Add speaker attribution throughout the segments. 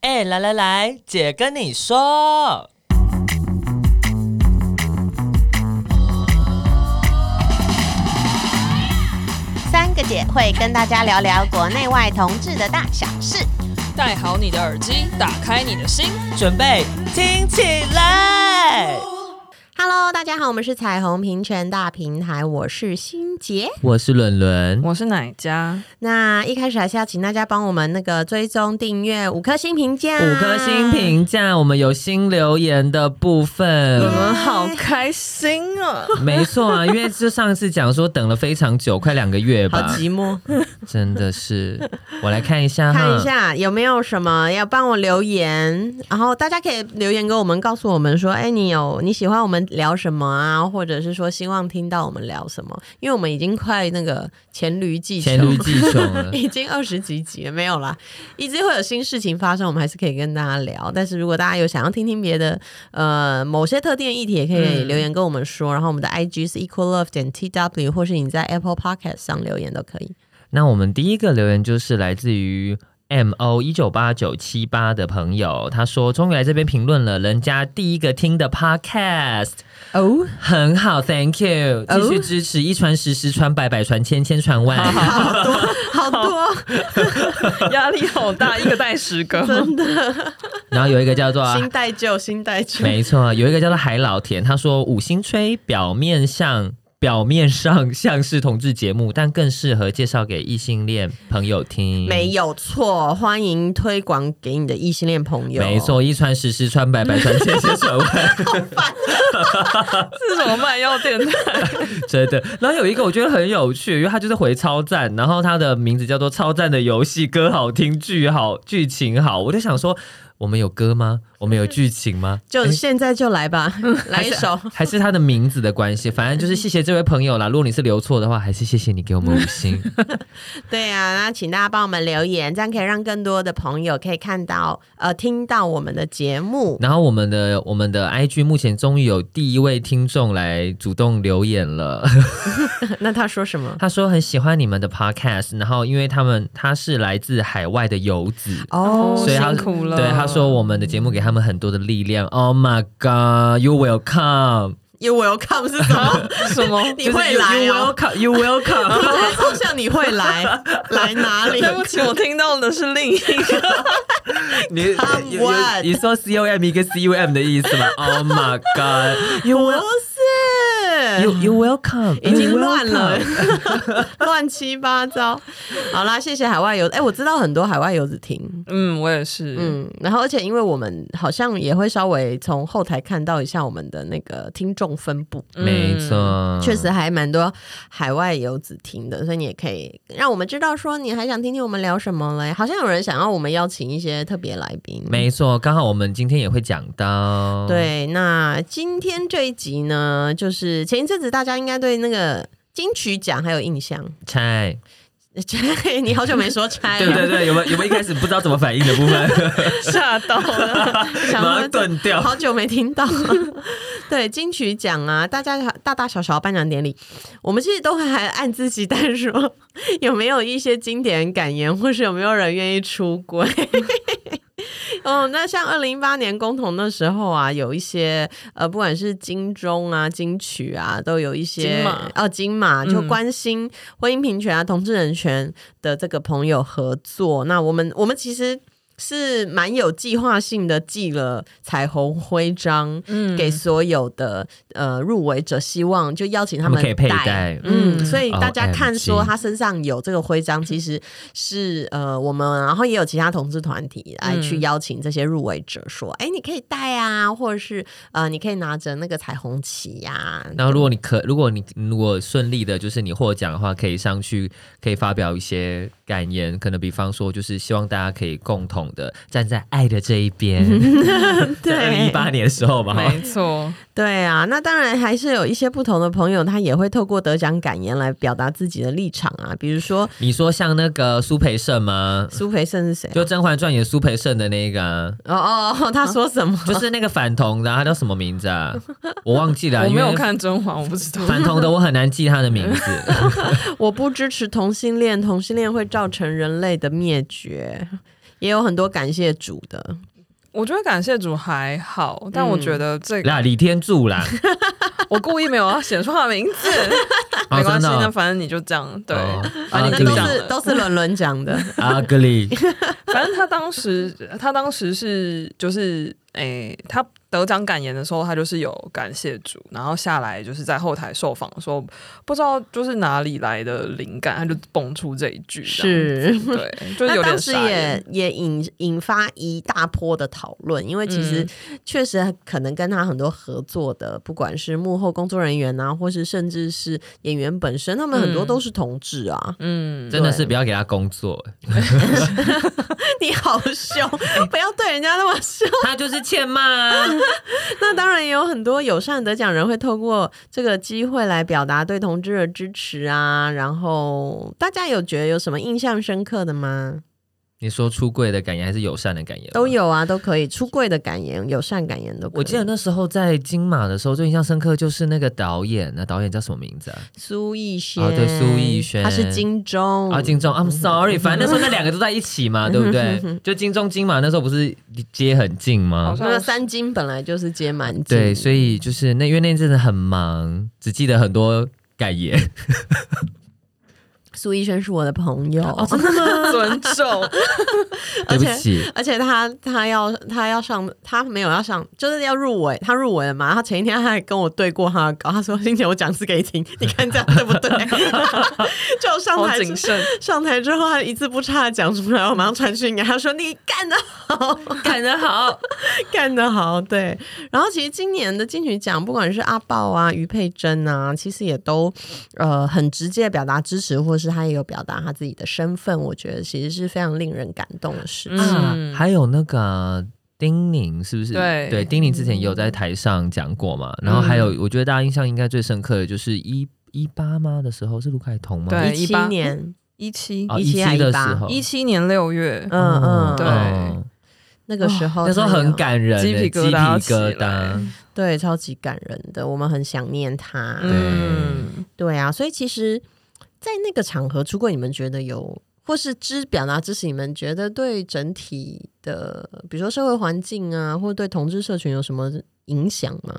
Speaker 1: 哎、来来来，姐跟你说，
Speaker 2: 三个姐会跟大家聊聊国内外同志的大小事。
Speaker 3: 戴好你的耳机，打开你的心。
Speaker 1: 准备听起来。
Speaker 2: Hello，大家好，我们是彩虹平权大平台，我是心杰。
Speaker 1: 我是伦伦，
Speaker 3: 我是哪家？
Speaker 2: 那一开始还是要请大家帮我们那个追踪订阅五颗星评价，
Speaker 1: 五颗星。评价，我们有新留言的部分。
Speaker 3: 我们好开心啊！
Speaker 1: 没错啊，因为就上次讲说等了非常久，快两个月
Speaker 2: 好
Speaker 1: 吧，
Speaker 2: 寂寞，
Speaker 1: 真的是。我来看一下哈，
Speaker 2: 看一下有没有什么要帮我留言，然后大家可以留言给我们，告诉我们说，哎、你有你喜欢我们聊什么啊，或者是说希望听到我们聊什么，因为我们已经快那个黔驴技穷。
Speaker 1: 黔驴技穷啊了
Speaker 2: 已经二十几集了，没有啦，一直会有新事情发生，我们还是可以跟大家聊。但是如果大家有想要听听别的，呃，某些特定的议题，也可以留言跟我们说。然后我们的 IG 是 equal love 点 tw，或是你在 Apple Podcast 上留言都可以。
Speaker 1: 那我们第一个留言就是来自于 M O 一九八九七八的朋友，他说终于来这边评论了，人家第一个听的 podcast
Speaker 2: 哦，
Speaker 1: 很好，Thank you，
Speaker 2: 哦
Speaker 1: 继续支持，一传十，十传百，百传千，千传万。
Speaker 2: 好多好多，
Speaker 3: 压力好大，一个带十个。
Speaker 1: 然后有一个叫做啊
Speaker 2: 新带旧，新带旧。
Speaker 1: 没错，有一个叫做海老田，他说五星吹表面上表面上像是同志节目，但更适合介绍给异性恋朋友听。
Speaker 2: 没有错，欢迎推广给你的异性恋朋友。
Speaker 1: 没，错，一传十，十传百，百传千，千传万，
Speaker 3: 这是什么卖药店？
Speaker 1: 真的。然后有一个我觉得很有趣，因为他就是回超赞，然后他的名字叫做“超赞的游戏”，歌好听，剧好，剧情好。我就想说，我们有歌吗？我们有剧情吗？
Speaker 2: 就现在就来吧， 来一首。
Speaker 1: 还是他的名字的关系，反正就是谢谢这位朋友啦。如果你是留错的话，还是谢谢你给我们五 星。
Speaker 2: 对啊，那请大家帮我们留言，这样可以让更多的朋友可以看到呃听到我们的节目。
Speaker 1: 然后我们的我们的 IG 目前终于有第一位听众来主动留言了，
Speaker 2: 那他说什么？
Speaker 1: 他说很喜欢你们的 Podcast，然后因为他们他是来自海外的游子。
Speaker 2: 哦
Speaker 1: 所以他
Speaker 3: 辛苦了。
Speaker 1: 对，他说我们的节目给他们很多的力量。Oh my god, you will come，
Speaker 2: ，You will come 是什么？
Speaker 3: 什么？
Speaker 2: 你会来哦
Speaker 1: you will come，
Speaker 2: 超像你会 来，来哪里？
Speaker 3: 对 不起，我听到的是另一个。
Speaker 1: 你你
Speaker 2: Come
Speaker 1: 你
Speaker 2: what？
Speaker 1: 你说 C O M 一个 C U M 的意思吗？Oh my god，you
Speaker 2: 不
Speaker 1: will
Speaker 2: 是
Speaker 1: you you will come，
Speaker 2: 已经乱 了，乱七八糟。好啦，谢谢海外游。哎、我知道很多海外游子听，
Speaker 3: 嗯，我也是。
Speaker 2: 嗯，然后而且因为我们好像也会稍微从后台看到一下我们的那个听众分布，
Speaker 3: 嗯
Speaker 1: 没错，
Speaker 2: 确实还蛮多海外游子听的，所以你也可以让我们知道说你还想听听我们聊什么嘞。好像有人想要我们邀请一些特别来宾，
Speaker 1: 没错，刚好我们今天也会讲到，，
Speaker 2: 对。那今天这一集呢，就是前一阵子大家应该对那个金曲奖还有印象。
Speaker 1: 拆，
Speaker 2: 你好久没说拆
Speaker 1: 对
Speaker 2: 了，
Speaker 1: 对对，有没有有没有一开始不知道怎么反应的部 分，
Speaker 3: 吓到了。
Speaker 2: 想
Speaker 1: 马上
Speaker 2: 说
Speaker 1: 断掉。
Speaker 2: 好久没听到。 对金曲奖啊，大家大大小小的颁奖典礼，我们其实都会还暗自期待说，有没有一些经典感言，或是有没有人愿意出轨。 哦，那像二零一八年公投那时候啊，有一些呃，不管是金钟啊、金曲啊，都有一些
Speaker 3: 金马
Speaker 2: 哦，金马就
Speaker 3: 嗯
Speaker 2: 关心婚姻平权啊、同志人权的这个朋友合作。那我们我们其实是蛮有计划性的寄了彩虹徽章
Speaker 3: 嗯
Speaker 2: 给所有的、呃入围者，希望就邀请
Speaker 1: 他
Speaker 2: 他
Speaker 1: 们
Speaker 2: 们
Speaker 1: 可以佩
Speaker 2: 戴
Speaker 1: 戴，
Speaker 2: 嗯，
Speaker 3: 嗯
Speaker 2: 所以大家
Speaker 1: OMG
Speaker 2: 看说他身上有这个徽章，其实是呃，我们然后也有其他同志团体来
Speaker 3: 嗯
Speaker 2: 去邀请这些入围者说，哎、你可以戴啊，或者是呃，你可以拿着那个彩虹旗呀、
Speaker 1: 然后如果你可，如果你如果顺利的，就是你获奖的话，可以上去可以发表一些感言，可能比方说就是希望大家可以共同的站在爱的这一边。 在二零一
Speaker 2: 对
Speaker 1: 八年的时候吧，
Speaker 3: 没 错，
Speaker 2: 对啊，那当然还是有一些不同的朋友，他也会透过得奖感言来表达自己的立场啊，比如 说
Speaker 1: 你说像那个苏培盛吗？
Speaker 2: 苏培盛是谁啊？
Speaker 1: 就《甄嬛传》演苏培盛的那个啊、
Speaker 2: 哦哦，哦，他说什 么？
Speaker 1: 就是那个反同的啊、他叫什么名字啊？ 我忘记了，
Speaker 3: 我没有
Speaker 1: 因为
Speaker 3: 看《甄嬛》，我不知道。
Speaker 1: 反同的，我很难记他的名字。
Speaker 2: 我不支持同性恋，同性恋会造成人类的灭绝。也有很多感谢主的，
Speaker 3: 我觉得感谢主还好，但我觉得这个、
Speaker 1: 啦，李天柱啦，
Speaker 3: 我故意没有要写出他的名字，
Speaker 1: 哦
Speaker 3: 没
Speaker 1: 真
Speaker 3: 关系，
Speaker 1: 的哦
Speaker 3: 那反正你就这样，对，
Speaker 1: 哦
Speaker 3: 反
Speaker 1: 啊
Speaker 3: 正
Speaker 2: 那
Speaker 1: 这
Speaker 3: 你就
Speaker 1: 个
Speaker 2: 都
Speaker 3: 这样
Speaker 2: 是
Speaker 3: 了
Speaker 2: 都是伦伦讲 的，
Speaker 1: ugly，
Speaker 3: 反正他当时，他当时是就是，诶、他得奖感言的时候，他就是有感谢主，然后下来就是在后台受访说，不知道就是哪里来的灵感，他就蹦出这一句，这样
Speaker 2: 是。
Speaker 3: 对，就
Speaker 2: 那
Speaker 3: 有
Speaker 2: 当
Speaker 3: 点
Speaker 2: 时
Speaker 3: 傻眼
Speaker 2: 也也引引发一大波的讨论，因为其实
Speaker 3: 嗯
Speaker 2: 确实可能跟他很多合作的，不管是幕后工作人员啊，或是甚至是演员本身，他们很多
Speaker 3: 嗯
Speaker 2: 都是同志啊。
Speaker 3: 嗯，
Speaker 1: 真的是不要给他工作，
Speaker 2: 你好 凶，不要对人家那么凶。
Speaker 1: 他就是欠骂啊。
Speaker 2: 那当然也有很多友善得奖人会透过这个机会来表达对同志的支持啊。然后大家有觉得有什么印象深刻的吗？
Speaker 1: 你说出柜的感言还是友善的感言吗？
Speaker 2: 都有啊，都可以。出柜的感言、友善感言都可以。
Speaker 1: 我记得那时候在金马的时候，最印象深刻就是那个导演，那导演叫什么名字啊？
Speaker 2: 苏逸轩、
Speaker 1: 哦对苏逸轩
Speaker 2: 他是金钟
Speaker 1: 啊，金钟，I'm sorry，反正那时候那两个都在一起嘛，对不对？就金钟金马那时候不是接很近吗
Speaker 3: 好？
Speaker 2: 那个三金本来就是接蛮近，
Speaker 1: 对，所以就是那因为那阵子很忙，只记得很多感 言。
Speaker 2: 苏逸轩是我的朋
Speaker 1: 哦
Speaker 2: 友，
Speaker 3: 尊 重，
Speaker 1: 对不起，
Speaker 2: 而且他他要他要上，他没有要上，就是要入围，他入围了嘛。他前一天他还跟我对过他的稿，他说：“今天我讲是给你听，你看这样对不对？” 就上
Speaker 3: 好
Speaker 2: 台
Speaker 3: 谨慎，
Speaker 2: 上台之后，他一字不差的讲出来，我马上传讯给他说：“你干得好，
Speaker 3: 感人好，
Speaker 2: 干得好。”对。然后其实今年的金曲奖，不管是阿豹啊、于佩珍啊，其实也都呃很直接地表达支持，或是他也有表达他自己的身份，我觉得其实是非常令人感动的事情。
Speaker 1: 啊
Speaker 3: 嗯
Speaker 1: 还有那个啊丁宁是不是？
Speaker 3: 对嗯
Speaker 1: 丁宁之前也有在台上讲过嘛。然后还有，我觉得大家印象应该最深刻的就是一一八吗的时候是卢凯彤吗？
Speaker 3: 对
Speaker 2: 一七
Speaker 3: 18
Speaker 2: 年，
Speaker 3: 一七
Speaker 1: 啊，
Speaker 2: 17
Speaker 1: 七的时
Speaker 2: 还18
Speaker 1: 候，
Speaker 3: 一七年六月，
Speaker 2: 嗯嗯，
Speaker 3: 对
Speaker 1: 哦
Speaker 2: 那个时候、
Speaker 1: 那时候很，感人，
Speaker 3: 鸡
Speaker 1: 鸡
Speaker 3: 皮
Speaker 1: 皮
Speaker 3: 疙瘩起
Speaker 1: 疙
Speaker 3: 来
Speaker 1: 瘩，
Speaker 2: 对，超级感人的，我们很想念他。
Speaker 3: 嗯，
Speaker 2: 对啊，所以其实，在那个场合，出柜，你们觉得有，或是支表达支持，你们觉得对整体的，比如说社会环境啊，或者对同志社群有什么影响吗？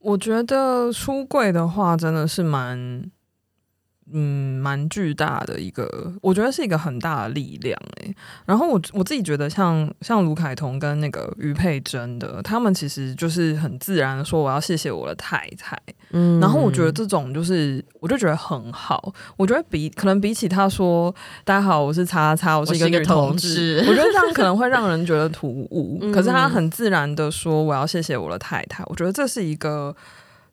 Speaker 3: 我觉得出柜的话，真的是蛮，嗯，蛮巨大的一个，我觉得是一个很大的力量诶、然后我我自己觉得像，像卢凯彤跟那个于佩珍的，他们其实就是很自然的说，我要谢谢我的太太。
Speaker 2: 嗯
Speaker 3: 然后我觉得这种就是，我就觉得很好。我觉得比可能比起他说“大家好，我是叉叉叉，我是一个
Speaker 2: 我是一个
Speaker 3: 女
Speaker 2: 同
Speaker 3: 同
Speaker 2: 志
Speaker 3: 志”，我觉得这 样可能会让人觉得突兀。
Speaker 2: 嗯
Speaker 3: 可是他很自然的说“我要谢谢我的太太”，我觉得这是一个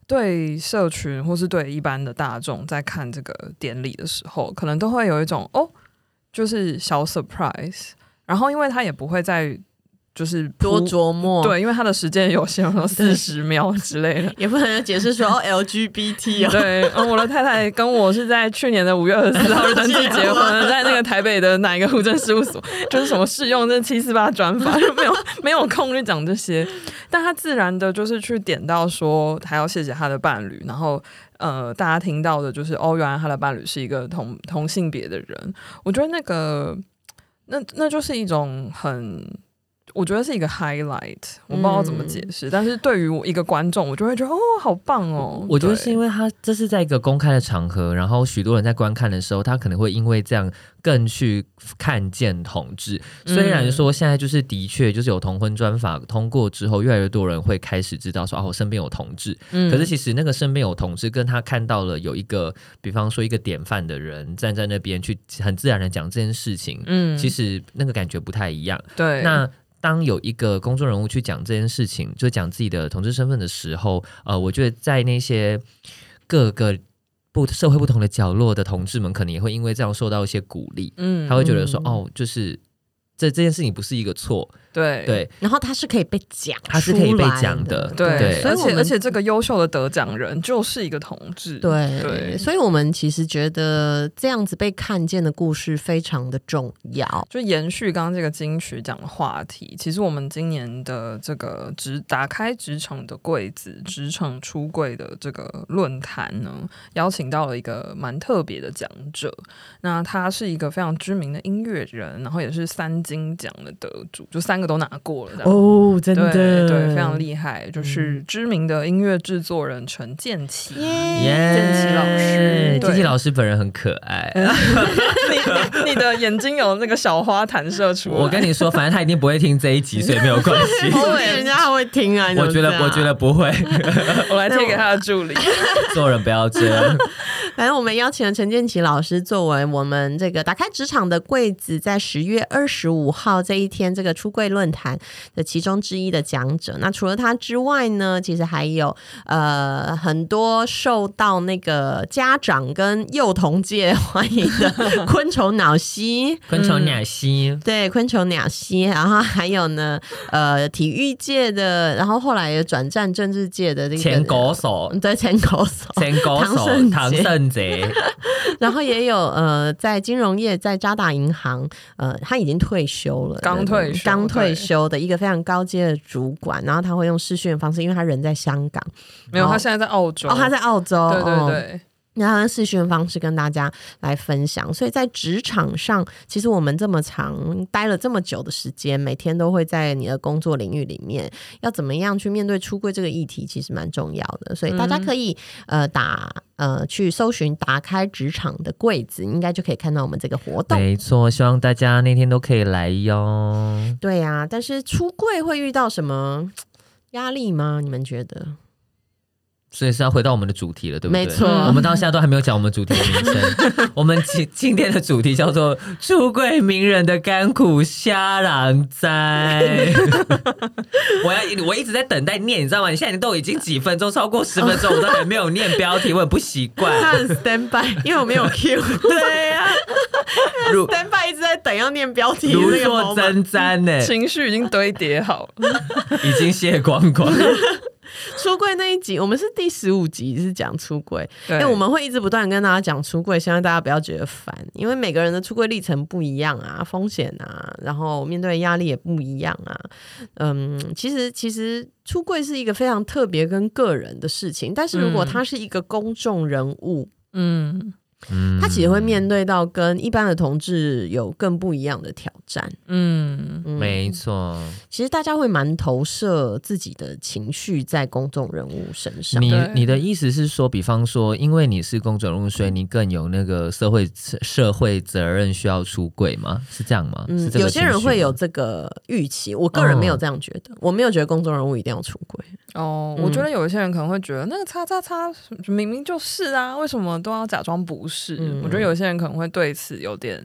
Speaker 3: 对社群或是对一般的大众在看这个典礼的时候，可能都会有一种哦，就是小 surprise。然后因为他也不会再就是
Speaker 2: 多
Speaker 3: 铺
Speaker 2: 琢磨，，
Speaker 3: 对，因为他的时间有限，四十秒之类的。
Speaker 2: 也不能解释说哦 LGBT 哦，
Speaker 3: 对，嗯，我的太太跟我是在去年的五月二十四号登记结婚，在那个台北的哪一个户政事务所，就是什么试用证七四八专法，就没有没有空去讲这些。但他自然的就是去点到说，他要谢谢他的伴侣，然后呃，大家听到的就是哦，原来他的伴侣是一个同同性别的人。我觉得那个，那那就是一种很。我觉得是一个 highlight，我不知道怎么解释，但是对于我一个观众，我就会觉得哦，好棒哦！
Speaker 1: 我觉得
Speaker 3: 对
Speaker 1: 是因为他这是在一个公开的场合，然后许多人在观看的时候，他可能会因为这样更去看见同志。
Speaker 3: 嗯
Speaker 1: 虽然说现在就是的确就是有同婚专法通过之后，越来越多人会开始知道说啊，我身边有同志。
Speaker 3: 嗯
Speaker 1: 可是其实那个身边有同志，跟他看到了有一个，比方说一个典范的人站在那边去很自然的讲这件事情，
Speaker 3: 嗯
Speaker 1: 其实那个感觉不太一样。
Speaker 3: 对，
Speaker 1: 那当有一个公众人物去讲这件事情，就讲自己的同志身份的时候，呃，我觉得在那些各个不社会不同的角落的同志们，可能也会因为这样受到一些鼓励，
Speaker 3: 嗯
Speaker 1: 他会觉得说，
Speaker 2: 嗯
Speaker 1: 哦，就是这这件事情不是一个错，
Speaker 3: 对
Speaker 1: 对，
Speaker 2: 然后它是可以被 讲，
Speaker 1: 它是可以被讲的
Speaker 3: 对
Speaker 1: 对
Speaker 3: 而
Speaker 2: 所以我
Speaker 3: 且
Speaker 2: 们
Speaker 3: 而且这个优秀的得奖人就是一个同志，
Speaker 2: 对，
Speaker 3: 对，
Speaker 2: 所以我们其实觉得这样子被看见的故事非常的重要。
Speaker 3: 就延续刚刚这个金曲奖的话题，其实我们今年的这个职打开职场的柜子、职场出柜的这个论坛呢，邀请到了一个蛮特别的讲者。那他是一个非常知名的音乐人，然后也是三金奖的得主，就三个都拿过了这样。
Speaker 2: 哦，真嗯
Speaker 3: 对对，非常厉害，就是知名的音乐制作人陈建奇。啊
Speaker 1: 耶
Speaker 3: 建奇老师对
Speaker 1: 建奇老师本人很可爱。
Speaker 3: 你你 的眼睛有那个小花弹射出来，
Speaker 1: 我跟你说，反正他一定不会听这一集，所以没有关 系。
Speaker 2: 说不定人家会听啊！你怎
Speaker 1: 我
Speaker 2: 么
Speaker 1: 觉
Speaker 2: 这
Speaker 1: 得，
Speaker 2: 样
Speaker 1: 我觉得，不会，
Speaker 3: 我来贴给他的 助理。
Speaker 1: 做人不要这样。
Speaker 2: 反正我们邀请了陈建奇老师作为我们这个打开职场的柜子，在十月二十五号这一天这个出柜论坛的其中之一的讲者。那除了他之外呢，其实还有呃很多受到那个家长跟幼童界欢迎的昆虫脑蜥。
Speaker 1: 昆虫鸟 西，
Speaker 2: 对，昆虫鸟蜥，然后还有呢，呃，体育界的，然后后来也转战政治界的这个
Speaker 1: 前狗手，
Speaker 2: 对前狗手，
Speaker 1: 前狗
Speaker 2: 唐
Speaker 1: 手，
Speaker 2: 圣
Speaker 1: 唐
Speaker 2: 杰
Speaker 1: 圣杰，
Speaker 2: 然后也有呃，在金融业，在渣打银行，呃，他已经退休了，
Speaker 3: 刚退休
Speaker 2: 刚退
Speaker 3: 对
Speaker 2: 休的一个非常高阶的主管，然后他会用视讯的方式，因为他人在香港，
Speaker 3: 没有，
Speaker 2: 哦
Speaker 3: 他现在在澳洲。
Speaker 2: 哦，他在澳洲，
Speaker 3: 对对
Speaker 2: 哦
Speaker 3: 对，
Speaker 2: 那他用视讯的方式跟大家来分享，所以在职场上，其实我们这么长待了这么久的时间，每天都会在你的工作领域里面，要怎么样去面对出柜这个议题，其实蛮重要的。所以大家可以、
Speaker 1: 嗯
Speaker 2: 呃打呃去搜寻打开职场的柜子，应该就可以看到我们这个活动。
Speaker 1: 没错。希望大家那天都可以来哟。
Speaker 2: 对呀、但是出柜会遇到什么压力吗？你们觉得？
Speaker 1: 所以是要回到我们的主题了，对不对？
Speaker 2: 没错
Speaker 1: 我们到现在都还没有讲我们主题的名 称。我们今今天的主题叫做“出柜名人的甘苦虾郎哉” 。 我要我一直在等待念，你知道吗？你现在都已经几分钟，超过十分钟，我都还没有念标题，我很不习
Speaker 2: 他
Speaker 1: 惯。
Speaker 2: 很 stand by，因为我没有 Q。对呀、
Speaker 1: 如
Speaker 2: stand by 一直在等要念标题
Speaker 1: 如
Speaker 2: 那个
Speaker 1: 坐
Speaker 2: moment
Speaker 1: 针毡 呢，
Speaker 3: 情绪已经堆叠好了。
Speaker 1: 已经卸光光。
Speaker 2: 出柜那一集，我们是第十五集是讲出柜，
Speaker 3: 对
Speaker 2: 哎，我们会一直不断地跟大家讲出柜，希望大家不要觉得烦，因为每个人的出柜历程不一样啊，风险啊，然后面对的压力也不一样啊，嗯，其实其实出柜是一个非常特别跟个人的事情，但是如果
Speaker 3: 嗯
Speaker 2: 他是一个公众人物，
Speaker 3: 嗯
Speaker 1: 嗯
Speaker 2: 他其实会面对到跟一般的同志有更不一样的挑战，
Speaker 3: 嗯
Speaker 2: 嗯，
Speaker 1: 没错，
Speaker 2: 其实大家会蛮投射自己的情绪在公众人物身上。
Speaker 1: 你
Speaker 3: 对
Speaker 1: 你的意思是说，比方说，因为你是公众人物，所以你更有那个社会社会责任需要出柜吗？是这样吗？是
Speaker 2: 嗯，
Speaker 1: 这个
Speaker 2: 有些人
Speaker 1: 情绪吗
Speaker 2: 会有这个预期，我个人没有这样觉得，我没有觉得公众人物一定要出轨。
Speaker 3: 哦，
Speaker 2: 嗯
Speaker 3: 我觉得有一些人可能会觉得那个叉叉叉明明就是啊，为什么都要假装不是？
Speaker 2: 嗯
Speaker 3: 我觉得有些人可能会对此有点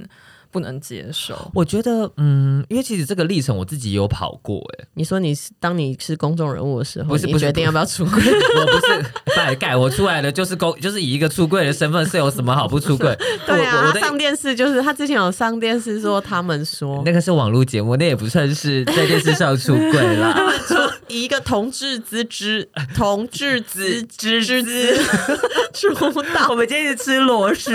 Speaker 3: 不能接受。
Speaker 1: 我觉得，嗯，因为其实这个历程我自己也有跑过、欸，
Speaker 2: 你说你是当你是公众人物的时候，
Speaker 1: 不是
Speaker 2: 你
Speaker 1: 不是
Speaker 2: 决定要不要出轨？
Speaker 1: 我不是拜盖，我出来的就是公，就是以一个出柜的身份，是有什么好不出柜？
Speaker 2: 对
Speaker 1: 我我
Speaker 2: 啊，
Speaker 1: 我
Speaker 2: 他
Speaker 1: 的
Speaker 2: 上电视就是他之前有上电视说他们说
Speaker 1: 那个是网络节目，那也不算是在电视上出柜啦。
Speaker 2: 说以一个同志之 之同志之之之之 出
Speaker 1: 我
Speaker 2: 道，
Speaker 1: 们今天一直吃螺丝，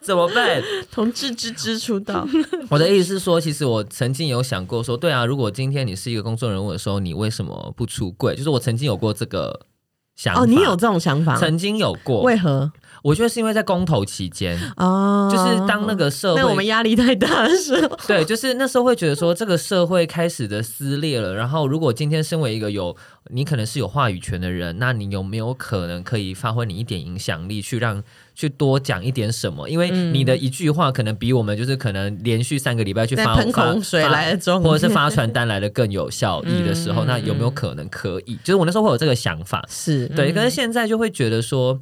Speaker 1: 怎么办？
Speaker 2: 同志之之出 道，
Speaker 1: 我的意思是说，其实我曾经有想过说，对啊，如果今天你是一个公众人物的时候，你为什么不出柜？就是我曾经有过这个想法。
Speaker 2: 哦，你有这种想法？
Speaker 1: 曾经有过
Speaker 2: 为，何
Speaker 1: 我觉得是因为在公投期间，
Speaker 2: 哦，
Speaker 1: 就是当那个社
Speaker 2: 那我们
Speaker 1: 会，
Speaker 2: 压力太大的时 候，
Speaker 1: 对，就是那时候会觉得说这个社会开始的撕裂了。然后，如果今天身为一个有你可能是有话语权的人，那你有没有可能可以发挥你一点影响力，去让去多讲一点什么？因为你的一句话可能比我们就是可能连续三个礼拜去
Speaker 2: 嗯在
Speaker 1: 发
Speaker 2: 喷
Speaker 1: 发
Speaker 2: 口水
Speaker 1: 发
Speaker 2: 来的重
Speaker 1: 或者是发传单来的更有效益的时候，
Speaker 3: 嗯
Speaker 1: 那有没有可能可以？就是我那时候会有这个想法，
Speaker 2: 是
Speaker 1: 对。可是现在就会觉得说，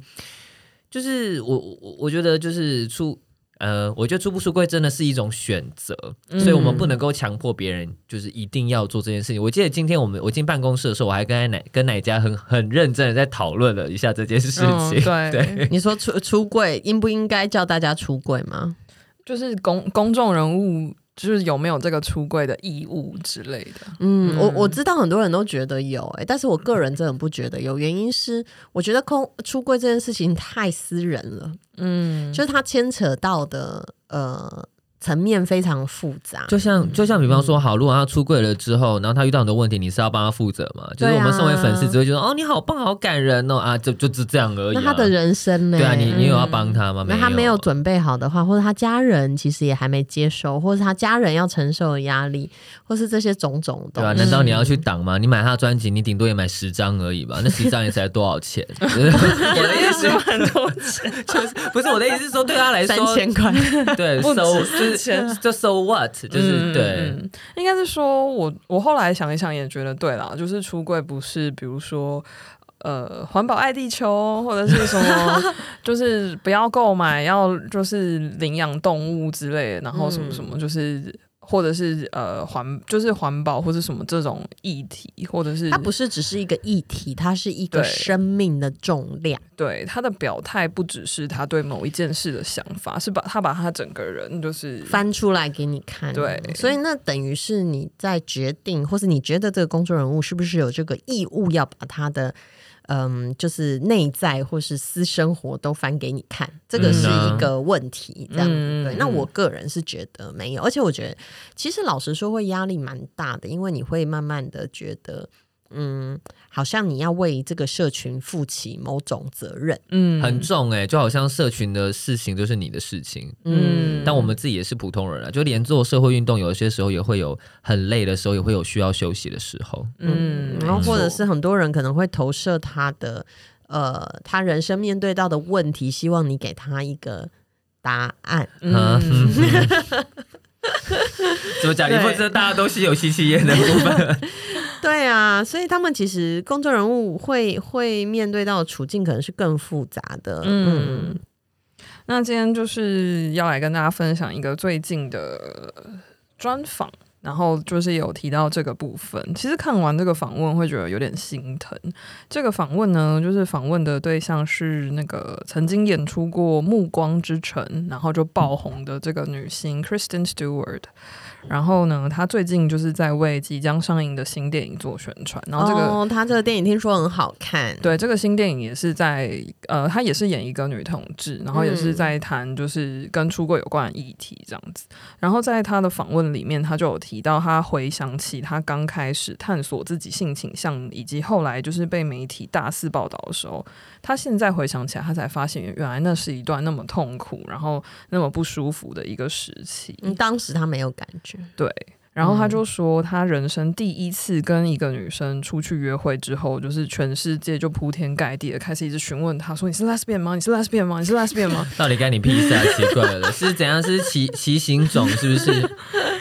Speaker 1: 就是我我我觉得就是出呃，我觉得出不出柜真的是一种选择，所以我
Speaker 2: 嗯
Speaker 1: 们不能够强迫别人就是一定要做这件事情。我记得今天我们我进办公室的时候，我还跟奶跟奶家很很认真的在讨论了一下这件事情，
Speaker 3: 嗯，对
Speaker 2: 你说出出柜应不应该叫大家出柜吗？
Speaker 3: 就是公公众人物就是有没有这个出柜的义务之类的。
Speaker 2: 嗯，我我知道很多人都觉得有、欸，但是我个人真的不觉得有，原因是我觉得空出柜这件事情太私人了，
Speaker 3: 嗯，
Speaker 2: 就是它牵扯到的呃层面非常复杂。
Speaker 1: 就像就像比方说，好，如果他出柜了之后，然后他遇到很多问题，你是要帮他负责吗？就是
Speaker 2: 对
Speaker 1: 我
Speaker 2: 啊
Speaker 1: 们身为粉丝只会觉得，哦，你好棒，好感人哦，啊，就就就这样而已、啊。
Speaker 2: 那他的人生呢？
Speaker 1: 对啊，你你有要啊
Speaker 3: 嗯
Speaker 1: 帮他吗？
Speaker 2: 那他没有准备好的话，或者他家人其实也还没接受，或者他家人要承受的压力，或是这些种种
Speaker 1: 对啊，
Speaker 2: 东西，
Speaker 1: 难道你要去挡吗？你买他的专辑，你顶多也买十张而已吧？那十张也才多少 钱？就是我的意思，
Speaker 3: 很多钱，
Speaker 1: 就是不是我的意思是说，对他来说，
Speaker 2: 块。
Speaker 1: 对
Speaker 3: 不止
Speaker 1: ，so 就是
Speaker 3: 4000
Speaker 1: 就 so what，就是
Speaker 3: 嗯
Speaker 1: 对，
Speaker 3: 嗯应该是说我我后来想一想也觉得对啦，就是出柜不是比如说。呃，环保爱地球，或者是什么，就是不要购买，要就是领养动物之类的，然后什么什么，就是、或者是呃环，就是环保或者什么这种议题，或者是
Speaker 2: 它不是只是一个议题，它是一个
Speaker 3: 对
Speaker 2: 生命的重量。
Speaker 3: 对他的表态不只是他对某一件事的想法，是把他把他整个人就是
Speaker 2: 翻出来给你看。
Speaker 3: 对
Speaker 2: 所以那等于是你在决定，或是你觉得这个公众人物是不是有这个义务要把他的。嗯，就是内在或是私生活都翻给你看，这个是一个问题，这样、
Speaker 3: 嗯
Speaker 2: 对。那我个人是觉得没有，而且我觉得其实老实说会压力蛮大的，因为你会慢慢的觉得，嗯，好像你要为这个社群负起某种责任，
Speaker 3: 嗯
Speaker 1: 很重哎、就好像社群的事情就是你的事情。
Speaker 2: 嗯，
Speaker 1: 但我们自己也是普通人啊，就连做社会运动，有一些时候也会有很累的时候，也会有需要休息的时候。
Speaker 2: 嗯，然后或者是很多人可能会投射他的呃，他人生面对到的问题，希望你给他一个答案。
Speaker 1: 啊
Speaker 3: 嗯，
Speaker 1: 怎么讲？你
Speaker 2: 对
Speaker 1: 不知道大家都是有吸气烟的部 分，
Speaker 2: 对啊，所以他们其实公众人物会会面对到的处境可能是更复杂的。嗯，
Speaker 3: 嗯，那今天就是要来跟大家分享一个最近的专访，然后就是有提到这个部分。其实看完这个访问会觉得有点心疼。这个访问呢，就是访问的对象是那个曾经演出过《暮光之城》，然后就爆红的这个女星 Kristen Stewart。然后呢，她最近就是在为即将上映的新电影做宣传，然后这个。
Speaker 2: 哦，他这个电影听说很好看。
Speaker 3: 对，这个新电影也是在呃，她也是演一个女同志，然后也是在谈就是跟出柜有关的议题这样子。然后在她的访问里面，她就有提到，她回想起她刚开始探索自己性倾向，以及后来就是被媒体大肆报道的时候，她现在回想起来，她才发现原来那是一段那么痛苦，然后那么不舒服的一个时期。
Speaker 2: 嗯，当时他没有感觉。
Speaker 3: 对，然
Speaker 1: 嗯
Speaker 3: 后他就说，他人生第一次跟一个女生出去约会之后，就是全世界就铺天盖地的开始一直询问他说：“你是 lesbian 吗？你是 lesbian 吗？你是 lesbian 吗
Speaker 1: 到底该你屁事啊？奇怪了，是怎样？是骑骑行种是不 是？？”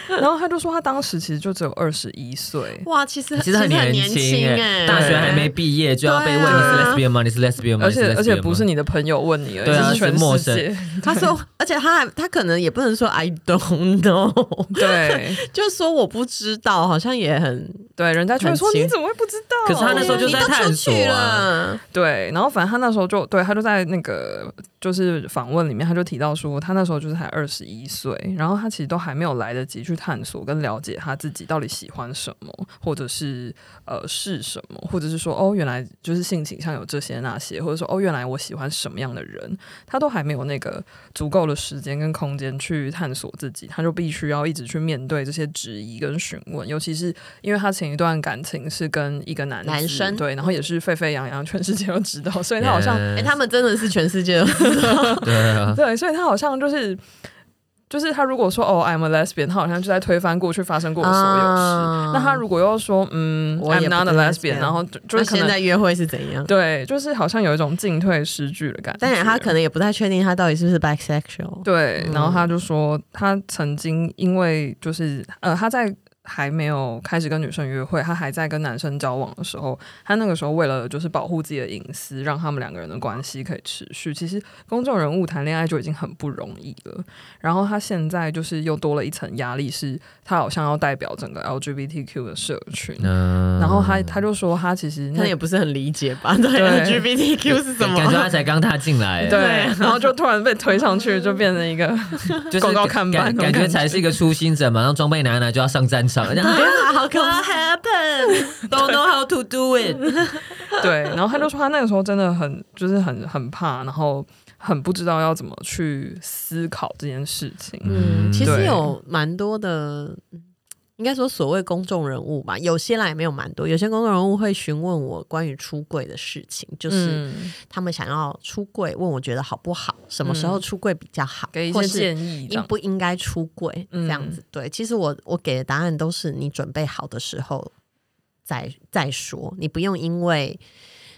Speaker 3: 然后他就说，他当时其实就只有二十一岁，
Speaker 2: 哇，其实
Speaker 1: 其实很
Speaker 2: 年
Speaker 1: 年轻欸
Speaker 3: 欸
Speaker 2: 哎，
Speaker 1: 大学还没毕业就要被问你是 lesbian 吗？你是 lesbian 吗？
Speaker 3: 而
Speaker 1: 你是
Speaker 3: 且
Speaker 1: lesbian
Speaker 3: 啊而且不是
Speaker 1: 吗
Speaker 3: 你的朋友问你而已，
Speaker 1: 对啊
Speaker 3: 是全
Speaker 1: 是陌
Speaker 3: 世
Speaker 1: 生
Speaker 3: 界。
Speaker 2: 他说，而且他还他可能也不能说 I don't know，
Speaker 3: 对
Speaker 2: 就说我不知道，好像也很
Speaker 3: 对，人家就会说
Speaker 2: 很奇
Speaker 3: 你怎么会不知道？
Speaker 1: 可是他那时候就在探索啊
Speaker 2: 哦你都出去了
Speaker 3: 对，然后反正他那时候就对他就在那个就是访问里面，他就提到说，他那时候就是才二十一岁，然后他其实都还没有来得及去探索跟了解他自己到底喜欢什么，或者是呃是什么，或者是说哦原来就是性倾向有这些那些，或者说哦原来我喜欢什么样的人，他都还没有那个足够的时间跟空间去探索自己，他就必须要一直去面对这些质疑跟询问，尤其是因为他前一段感情是跟一个男
Speaker 2: 男
Speaker 3: 子
Speaker 2: 生
Speaker 3: 对，然后也是沸沸扬扬，全世界都知道，所以他好像、
Speaker 2: 哎、
Speaker 1: 嗯
Speaker 2: 他们真的是全世界 的，
Speaker 1: 对啊，
Speaker 3: 对，所以他好像就是。就是他如果说哦，I'm a lesbian，他好像就在推翻过去发生过的所有事。
Speaker 2: 啊
Speaker 3: 那他如果又说嗯
Speaker 2: 我也不
Speaker 3: ，I'm not a
Speaker 2: 是
Speaker 3: lesbian，
Speaker 2: lesbian
Speaker 3: 然后就就
Speaker 2: 那
Speaker 3: 是可
Speaker 2: 现在
Speaker 3: 能
Speaker 2: 约会是怎样？
Speaker 3: 对，就是好像有一种进退失据的感觉。
Speaker 2: 当然，他可能也不太确定他到底是不是 bisexual。
Speaker 3: 对，然
Speaker 2: 嗯
Speaker 3: 后他就说，他曾经因为就是呃，他在还没有开始跟女生约会，他还在跟男生交往的时候，他那个时候为了就是保护自己的隐私，让他们两个人的关系可以持续。其实公众人物谈恋爱就已经很不容易了，然后他现在就是又多了一层压力，是他好像要代表整个 LGBTQ 的社群。
Speaker 1: 嗯，
Speaker 3: 然后他他就说他其实
Speaker 2: 可能
Speaker 3: 那
Speaker 2: 也不是很理解吧？对 LGBTQ 是什么？
Speaker 1: 感觉他才刚踏进来，
Speaker 3: 对
Speaker 2: 对，
Speaker 3: 然后就突然被推上去，就变成一个
Speaker 1: 就是
Speaker 3: 广告看
Speaker 1: 感
Speaker 3: 板
Speaker 1: 感
Speaker 3: 那种
Speaker 1: 觉
Speaker 3: 感觉
Speaker 1: 才是一个初心者，马上装备拿一拿就要上战场，然后
Speaker 2: 对啊，好可怕嗯
Speaker 1: happen don't know how to do it，
Speaker 3: 对，然后他就说他那个时候真的很就是很很怕，然后很不知道要怎么去思考这件事情。
Speaker 2: 嗯，其实
Speaker 3: 对
Speaker 2: 有蛮多的，应该说所谓公众人物吧，有些啦也没有蛮多，有些公众人物会询问我关于出柜的事情，就是
Speaker 3: 嗯
Speaker 2: 他们想要出柜，问我觉得好不好，什么时候出柜比较好，
Speaker 3: 给一
Speaker 2: 或
Speaker 3: 些
Speaker 2: 是
Speaker 3: 建议这
Speaker 2: 应
Speaker 3: 样。
Speaker 2: 不应该出柜这
Speaker 3: 嗯
Speaker 2: 样子。对，其实我我给的答案都是你准备好的时候再再说，你不用因为。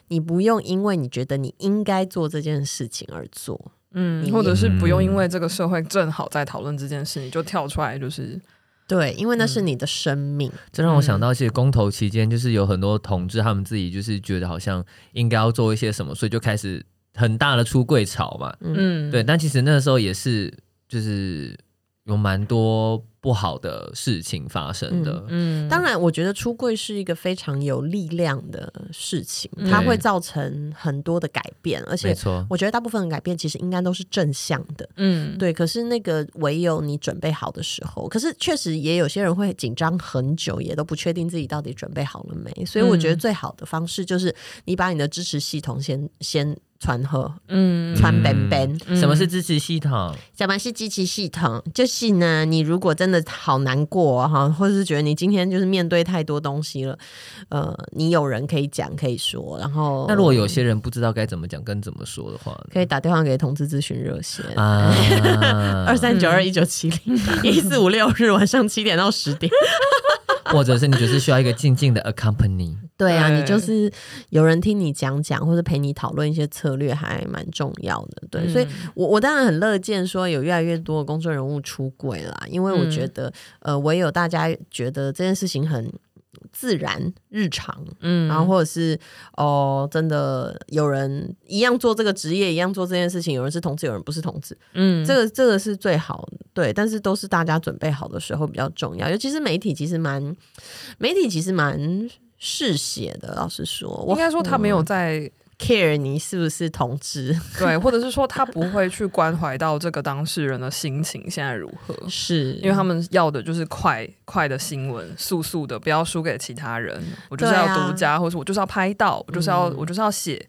Speaker 2: 你不用因为你觉得你应该做这件事情而做，
Speaker 3: 嗯，或者是不用因为这个社会正好在讨论这件事，你就跳出来，就是
Speaker 2: 对，因为那
Speaker 3: 嗯
Speaker 2: 是你的生命。
Speaker 1: 这让我想到，其实公投期间，就是有很多同志他们自己就是觉得好像应该要做一些什么，所以就开始很大的出柜潮嘛。
Speaker 3: 嗯，
Speaker 1: 对，但其实那时候也是就是有蛮多不好的事情发生的。
Speaker 3: 嗯，
Speaker 2: 当然，我觉得出柜是一个非常有力量的事情，
Speaker 3: 嗯
Speaker 2: 它会造成很多的改变，而
Speaker 1: 没
Speaker 2: 且
Speaker 1: 错，
Speaker 2: 我觉得大部分的改变其实应该都是正向的。
Speaker 3: 嗯，
Speaker 2: 对，可是那个唯有你准备好的时候，可是确实也有些人会紧张很久，也都不确定自己到底准备好了没。所以我觉得
Speaker 3: 嗯
Speaker 2: 最好的方式就是你把你的支持系统先先传和
Speaker 3: 嗯，
Speaker 2: 传 ban ban，、
Speaker 3: 嗯
Speaker 1: 什么是支持系统？
Speaker 2: 什么是支持系统？就是呢，你如果真的好难过啊哈、或者是觉得你今天就是面对太多东西了，呃，你有人可以讲可以说，然后
Speaker 1: 那如果有些人不知道该怎么讲跟怎么说的话呢，
Speaker 2: 可以打电话给同志咨询热线。
Speaker 1: 啊，
Speaker 2: 二三九二一九七零一四五六日晚上七点到十点。
Speaker 1: 或者是你只是需要一个静静的 accompany，
Speaker 2: 对啊，
Speaker 3: 对
Speaker 2: 你就是有人听你讲讲，或者陪你讨论一些策略，还蛮重要的。对，所以
Speaker 3: 嗯
Speaker 2: 我我当然很乐见说有越来越多的公众人物出柜啦，因为我
Speaker 3: 嗯
Speaker 2: 觉得、呃，唯有大家觉得这件事情很自然日常，
Speaker 3: 嗯，
Speaker 2: 然后或者是哦，真的有人一样做这个职业，一样做这件事情，有人是同志，有人不是同志，
Speaker 3: 嗯，
Speaker 2: 这个这个是最好对，但是都是大家准备好的时候比较重要，尤其是媒体其实蛮媒体其实蛮嗜血的，老实说，我
Speaker 3: 应该说他没有
Speaker 2: 嗯
Speaker 3: 在
Speaker 2: care 你是不是同 志，
Speaker 3: 对，或者是说他不会去关怀到这个当事人的心情现在如何，
Speaker 2: 是
Speaker 3: 因为
Speaker 1: 嗯
Speaker 3: 他们要的就是快快的新闻，速速的，不要输给其他人。我就是要
Speaker 2: 对啊
Speaker 3: 独家，或者我就是要拍到，我就是要、
Speaker 2: 嗯
Speaker 3: 我就是要写，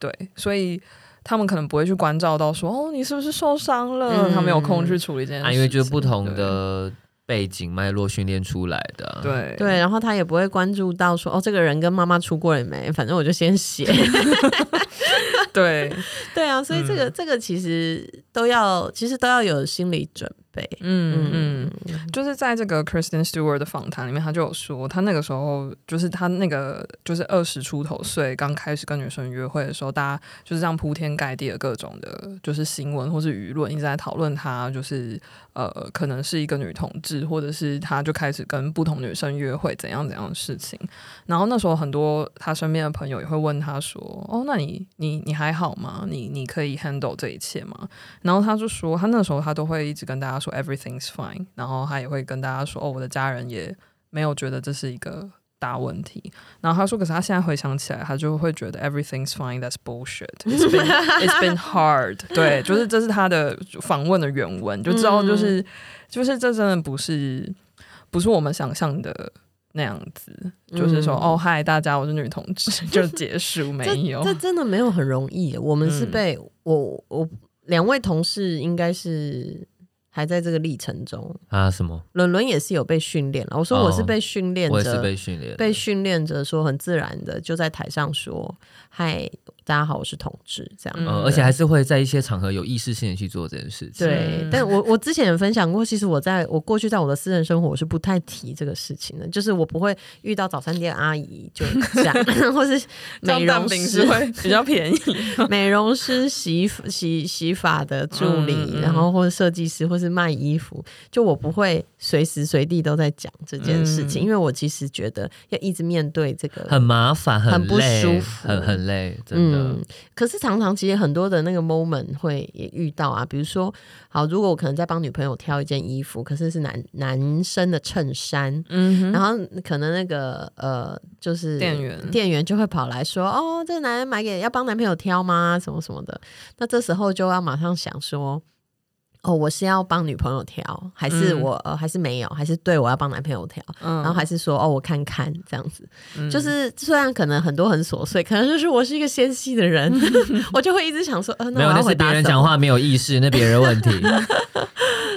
Speaker 3: 对，所以。他们可能不会去关照到说哦，你是不是受伤了？
Speaker 2: 嗯
Speaker 3: 他没有空去处理这件事
Speaker 1: 啊，
Speaker 3: 情，
Speaker 1: 因为就是不同的背景脉络训练出来的啊，
Speaker 3: 对
Speaker 2: 对，然后他也不会关注到说哦，这个人跟妈妈出过了没？反正我就先 写。
Speaker 3: 对对，
Speaker 2: 对啊，所以这个、
Speaker 3: 嗯
Speaker 2: 这个其实都要，其实都要有心理准备。
Speaker 3: 嗯嗯，就是在这个 Kristen Stewart 的访谈里面，他就有说，他那个时候就是他那个就是二十出头岁，刚开始跟女生约会的时候，大家就是这样铺天盖地的各种的，就是新闻或是舆论一直在讨论他，就是呃，可能是一个女同志，或者是他就开始跟不同女生约会，怎样怎样的事情。然后那时候很多他身边的朋友也会问他说：“哦，那你你你还好吗？你你可以 handle 这一切吗？”然后他就说，他那时候他都会一直跟大家说 “everything's fine”，然后他也会跟大家说：“哦，我的家人也没有觉得这是一个大问题。”然后他说：“可是他现在回想起来，他就会觉得 everything's fine, that's bullshit. It's been it's been hard。”对， 就是这是他的访问的原文，就知道就是、就是这真的不是不是我们想象的那样子。就是说，
Speaker 2: 嗯
Speaker 3: 哦，嗨，大家，我是女同 志，就结束，没
Speaker 2: 这
Speaker 3: 有
Speaker 2: 这，真的没有很容易。我们是
Speaker 3: 嗯
Speaker 2: 被、我我两位同事应该是还在这个历程中，
Speaker 1: 啊，什么？
Speaker 2: 伦伦也是有被训练了。我说我是
Speaker 1: 哦
Speaker 2: 被训练
Speaker 1: 我也是
Speaker 2: 着。
Speaker 1: 被训练的，
Speaker 2: 被训练着说很自然的就在台上说：“嗨，大家好，我是同志这样。
Speaker 3: 嗯
Speaker 1: 呃，
Speaker 3: 对
Speaker 1: 而且还是会在一些场合有意识性的去做这件事情。
Speaker 2: 对
Speaker 3: 嗯，
Speaker 2: 但我我之前也分享过，其实我在我过去在我的私人生活，我是不太提这个事情的，就是我不会遇到早餐店阿姨就这样， 或是美
Speaker 3: 这样蛋
Speaker 2: 容
Speaker 3: 饼
Speaker 2: 师
Speaker 3: 是 会 比较便宜。
Speaker 2: 美容师、洗衣洗洗发的助理，
Speaker 3: 嗯嗯嗯
Speaker 2: 然后或者设计师，或是卖衣服，就我不会随时随地都在讲这件事情，
Speaker 3: 嗯
Speaker 2: 因为我其实觉得要一直面对这个
Speaker 1: 很麻烦，
Speaker 2: 很不
Speaker 1: 累
Speaker 2: 舒服
Speaker 1: 很很累，真的。
Speaker 2: 嗯，可是常常其实很多的那个 moment 会也遇到啊，比如说，好，如果我可能在帮女朋友挑一件衣服，可是是男男生的衬衫，
Speaker 3: 嗯
Speaker 2: 然后可能那个呃，就是
Speaker 3: 店员
Speaker 2: 店员就会跑来说，哦，这个男人买给要帮男朋友挑吗？什么什么的，那这时候就要马上想说。哦，我是要帮女朋友挑，还是
Speaker 3: 嗯
Speaker 2: 我、呃，还是没有，还是对我要帮男朋友挑，
Speaker 3: 嗯
Speaker 2: 然后还是说哦，我看看这样子，
Speaker 3: 嗯
Speaker 2: 就是虽然可能很多很琐碎，可能就是我是一个纤细 的人，我就会一直想说，呃，
Speaker 1: 没
Speaker 2: 那
Speaker 1: 有，
Speaker 2: 我
Speaker 1: 那
Speaker 2: 要
Speaker 1: 是
Speaker 2: 回
Speaker 1: 别
Speaker 2: 答
Speaker 1: 人
Speaker 2: 什
Speaker 1: 讲
Speaker 2: 么？
Speaker 1: 话没有意识，那别人问 题。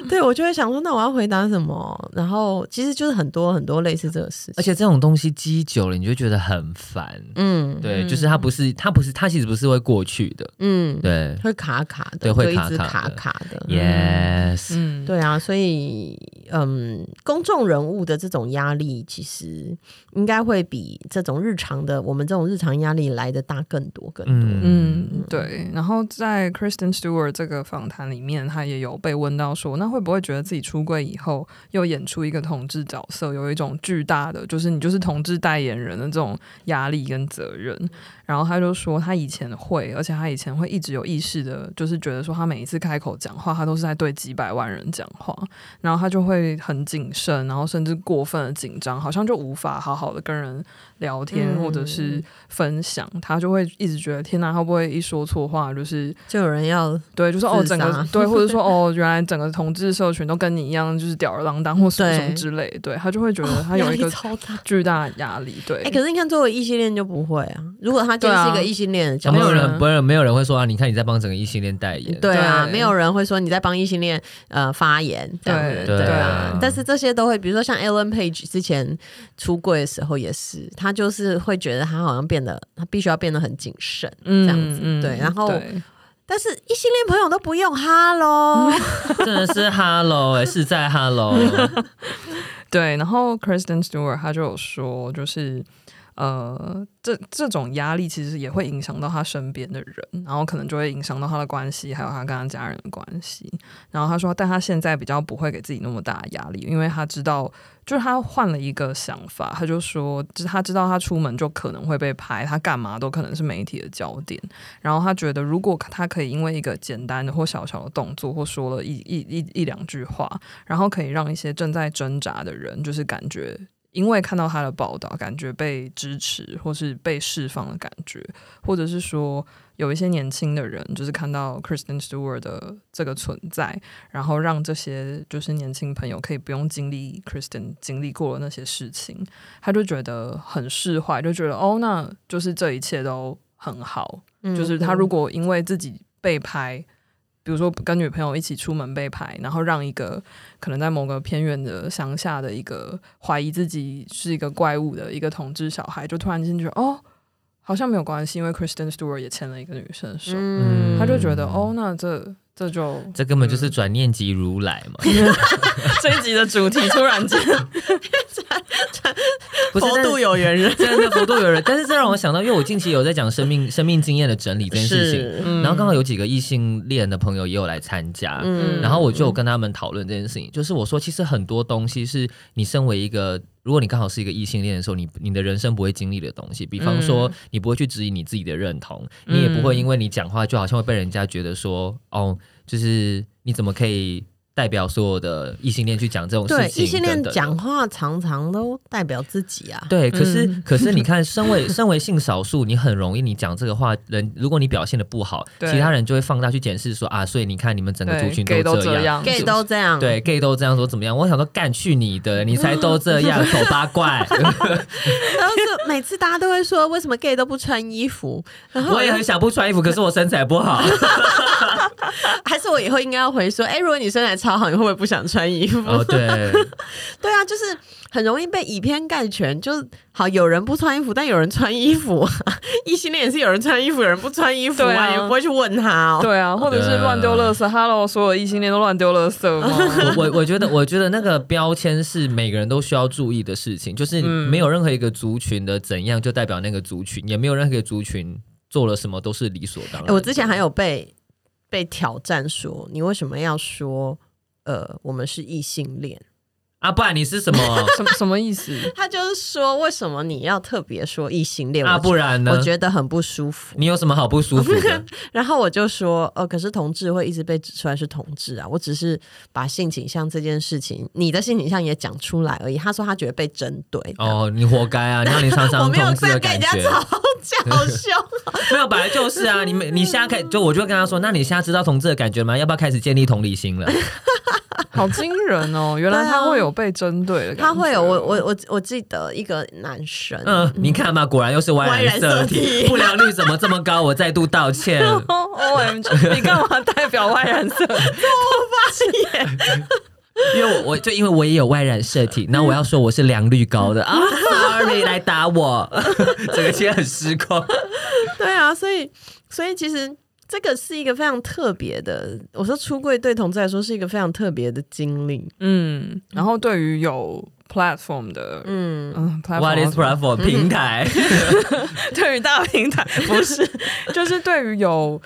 Speaker 2: 对，我就会想说，那我要回答什么？然后其实就是很多很多类似这个事情，
Speaker 1: 而且这种东西积久了，你就觉得很烦。
Speaker 2: 嗯，
Speaker 1: 对，就是它不是，它不是，它其实不是会过去的。
Speaker 2: 嗯，
Speaker 1: 对
Speaker 2: 会卡卡的，
Speaker 1: 对会
Speaker 2: 就一
Speaker 1: 卡
Speaker 2: 直
Speaker 1: 卡
Speaker 2: 卡
Speaker 1: 的
Speaker 2: 卡的，
Speaker 1: ，yes，
Speaker 3: 嗯，
Speaker 2: 对啊，所以嗯，公众人物的这种压力，其实应该会比这种日常的我们这种日常压力来的大更多更多。
Speaker 1: 嗯
Speaker 3: 嗯，对。然后在 Kristen Stewart 这个访谈里面，她也有被问到说，那会不会觉得自己出柜以后又演出一个同志角色，有一种巨大的就是你就是同志代言人的这种压力跟责任？然后她就说，她以前会，而且她以前会一直有意识的，就是觉得说，她每一次开口讲话，她都是在对几百万人讲话，然后她就会很谨慎，然后甚至过分的紧张，好像就无法好好的跟人聊天，
Speaker 2: 嗯
Speaker 3: 或者是分享，他就会一直觉得天哪，会不会一说错话就是
Speaker 2: 就有人要
Speaker 3: 对，就说哦，
Speaker 2: 自
Speaker 3: 整
Speaker 2: 杀
Speaker 3: 个对，或者说哦，原来整个同志社群都跟你一样，就是吊儿郎当或什么
Speaker 2: 对
Speaker 3: 什么之类，对他就会觉得他有
Speaker 2: 压
Speaker 3: 一
Speaker 2: 力
Speaker 3: 个
Speaker 2: 超大。
Speaker 3: 巨大的压力，对，
Speaker 2: 哎、可是你看，作为异性恋就不会啊。如果他今天是一个异性恋的角
Speaker 1: 没
Speaker 2: 色，
Speaker 1: 有
Speaker 3: 人
Speaker 1: 人，不是没有人会说啊，你看你在帮整个异性恋代言。
Speaker 2: 对啊，
Speaker 3: 对
Speaker 2: 没有人会说你在帮异性恋呃发言这样子，
Speaker 3: 对
Speaker 2: 对
Speaker 3: 对
Speaker 2: 啊
Speaker 3: 啊。
Speaker 2: 但是这些都会，比如说像 Ellen Page 之前出柜的时候也是，他就是会觉得他好像变得，他必须要变得很谨慎。
Speaker 3: 嗯
Speaker 2: 这样子
Speaker 3: 嗯
Speaker 2: 对然后
Speaker 3: 对
Speaker 2: 但是异性恋朋友都不用哈 喽，
Speaker 1: 真的是 hello 哎，是在 hello。
Speaker 3: 对，然后 Kristen Stewart 他就有说，就是呃，这这种压力其实也会影响到他身边的人，然后可能就会影响到他的关系，还有他跟他家人的关系。然后他说，但他现在比较不会给自己那么大的压力，因为他知道，就是他换了一个想法，他就说，就是他知道他出门就可能会被拍，他干嘛都可能是媒体的焦点。然后他觉得，如果他可以因为一个简单的或小小的动作，或说了一一一一两句话，然后可以让一些正在挣扎的人，就是感觉因为看到他的报道，感觉被支持或是被释放的感觉，或者是说有一些年轻的人，就是看到 Kristen Stewart 的这个存在，然后让这些就是年轻朋友可以不用经历 Kristen 经历过的那些事情，他就觉得很释怀，就觉得哦，那就是这一切都很好，
Speaker 2: 嗯
Speaker 3: 就是他如
Speaker 2: 果
Speaker 3: 果因为自己被拍，比如说跟女朋友一起出门被拍，然后让一个可能在某个偏远的乡下的一个怀疑自己是一个怪物的一个同志小孩，就突然间觉得哦，好像没有关系，因为 Kristen Stewart 也牵了一个女生的手，
Speaker 1: 嗯
Speaker 3: 他就觉得哦，那这这就
Speaker 1: 这根本
Speaker 2: 嗯
Speaker 1: 就是转念即如来 嘛，
Speaker 3: 这一集的主题，突然间
Speaker 1: 不是
Speaker 2: 佛度有缘人，
Speaker 1: 真的 佛度有人，但是这让我想到，因为我近期有在讲生命生命经验的整理这件事情，
Speaker 2: 是
Speaker 1: 然后刚好有几个异性恋的朋友也有来参加，
Speaker 2: 嗯
Speaker 1: 然后我就有跟他们讨论这件事情，就是我说，其实很多东西是你身为一个，如果你刚好是一个异性恋的时候，你你的人生不会经历的东西，比方说
Speaker 3: 嗯
Speaker 1: 你不会去质疑你自己的认同，
Speaker 3: 嗯
Speaker 1: 你也不会因为你讲话就好像会被人家觉得说，哦，就是你怎么可以代表所有的异性恋去讲这种
Speaker 2: 对
Speaker 1: 事情？
Speaker 2: 异性恋
Speaker 1: 等等的
Speaker 2: 讲话常常都代表自己啊，
Speaker 1: 对，可是、
Speaker 3: 嗯
Speaker 1: 可是你看，身为身为性少数，你很容易你讲这个话，人如果你表现的不好，
Speaker 3: 对
Speaker 1: 其他人就会放大去检视说啊，所以你看你们整个族
Speaker 3: 对
Speaker 1: 群
Speaker 3: 给都
Speaker 1: 这
Speaker 3: 这。样
Speaker 2: gay 都这样，
Speaker 1: 对，gay 都这样说怎么样？我想说，干去你的，你才都这样， 丑八怪！
Speaker 2: 然后 就每次大家都会说，为什么 gay 都不穿衣服？然后
Speaker 1: 我也很想不穿衣服，可是我身材不好。
Speaker 2: 还是我以后应该要回说，哎、如果你身材超好，你会不会不想穿衣服？
Speaker 1: 哦，对，
Speaker 2: 对啊，就是很容易被以偏概全。就是好，有人不穿衣服，但有人穿衣服 啊。异性恋也是有人穿衣服，有人不穿衣服
Speaker 3: 对啊
Speaker 2: 啊，你不会去问他哦。
Speaker 3: 对啊，或者是乱丢垃圾。Hello，所有异性恋都乱丢垃圾吗？
Speaker 1: 我我我觉得，我觉得那个标签是每个人都需要注意的事情，就是没有任何一个族群的怎样就代表那个族群，也没有任何一个族群做了什么都是理所当然
Speaker 2: 哎
Speaker 1: 的。
Speaker 2: 我之前还有被被挑战说，你为什么要说呃我们是异性恋？
Speaker 1: 啊，不然你是什 么
Speaker 3: 什么什么意思？
Speaker 2: 他就是说为什么你要特别说异性恋？
Speaker 1: 啊？
Speaker 2: 我觉
Speaker 1: 不然呢
Speaker 2: 我？觉得很不舒服。
Speaker 1: 你有什么好不舒服 的？
Speaker 2: 然后我就说，呃，可是同志会一直被指出来是同志啊，我只是把性倾向这件事情，你的性倾向也讲出来而已。他说他觉得被针对。
Speaker 1: 哦，你活该啊！你让你尝
Speaker 2: 我
Speaker 1: 尝
Speaker 2: 没有
Speaker 1: 同志
Speaker 2: 在
Speaker 1: 的
Speaker 2: 跟人
Speaker 1: 感
Speaker 2: 家
Speaker 1: 觉，
Speaker 2: 吵架，凶。
Speaker 1: 没有，本来就是啊！你们你现在开，就我就会跟他说，那你现在知道同志的感觉吗？要不要开始建立同理心了？
Speaker 3: 好惊人 哦！原来
Speaker 2: 对啊
Speaker 3: 他会有被针对的感觉，
Speaker 2: 他会有我我我我记得一个男生，
Speaker 1: 哦嗯，你看嘛，果然又是歪
Speaker 2: 歪然
Speaker 1: 色
Speaker 2: 色
Speaker 1: 体，
Speaker 2: 体
Speaker 1: 不良率怎么这么高？我再度道歉。
Speaker 3: O M G，你干嘛代表外染色？
Speaker 1: 因为我我就因为我也有外染色体，那我要说我是良率高的啊、s o r r y 来打我， 整个其实很失控。
Speaker 2: 对啊，所以所以其实这个是一个非常特别的，我说出柜对同志来说是一个非常特别的经历。
Speaker 3: 嗯，然后对于有 platform 的，
Speaker 2: 嗯，
Speaker 3: 嗯，platform
Speaker 1: What is
Speaker 3: 什么
Speaker 1: platform 平台？
Speaker 3: 对于大平 台不是，就是对于有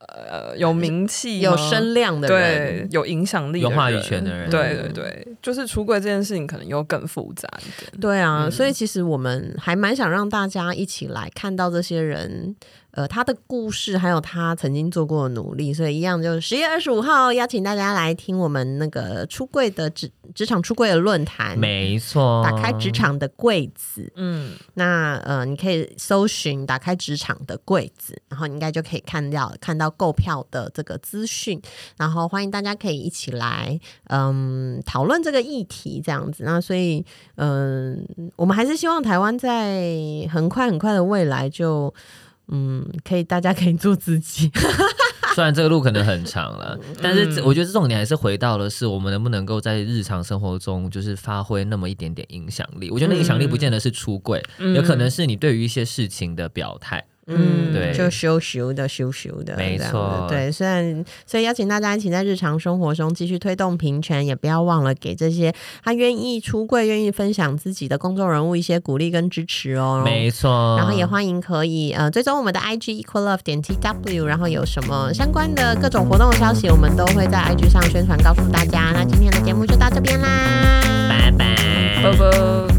Speaker 3: 呃有名气、
Speaker 2: 有声量的
Speaker 3: 对
Speaker 2: 人，
Speaker 3: 有影响力、
Speaker 1: 有话语权的人
Speaker 3: 对对对，就是出轨这件事情可能又更复杂一点。
Speaker 2: 对啊，所
Speaker 1: 嗯
Speaker 2: 以其实我们还蛮想让大家一起来看到这些人，呃，他的故事，还有他曾经做过的努力。所以一样，就是十月二十五号邀请大家来听我们那个出柜的职职场出柜的论坛，
Speaker 1: 没错，
Speaker 2: 打开职场的柜子。
Speaker 3: 嗯，
Speaker 2: 那呃，你可以搜寻打开职场的柜子，然后你应该就可以看到看到购票的这个资讯，然后欢迎大家可以一起来嗯讨论这个议题这样子。那所以嗯，我们还是希望台湾在很快很快的未来就。嗯，可以，大家可以做自己。
Speaker 1: 虽然这个路可能很长了，
Speaker 2: 嗯
Speaker 1: 但是这我觉得这重点还是回到了是我们能不能够在日常生活中就是发挥那么一点点影响力。我觉得那影响力不见得是出柜，有可能是你对于一些事情的表态。
Speaker 2: 嗯，
Speaker 1: 对
Speaker 2: 就羞羞的，羞羞的，
Speaker 1: 没
Speaker 2: 这样
Speaker 1: 错
Speaker 2: 子对，虽然所以邀请大家一起在日常生活中继续推动平权，也不要忘了给这些他愿意出柜、愿意分享自己的公众人物一些鼓励跟支持哦。
Speaker 1: 没错，
Speaker 2: 然后也欢迎可以呃追踪我们的 IG equal love 点 tw，然后有什么相关的各种活动的消息，我们都会在 IG 上宣传告诉大家。那今天的节目就到这边啦，
Speaker 3: 嗯
Speaker 1: 拜拜。
Speaker 3: 拜拜。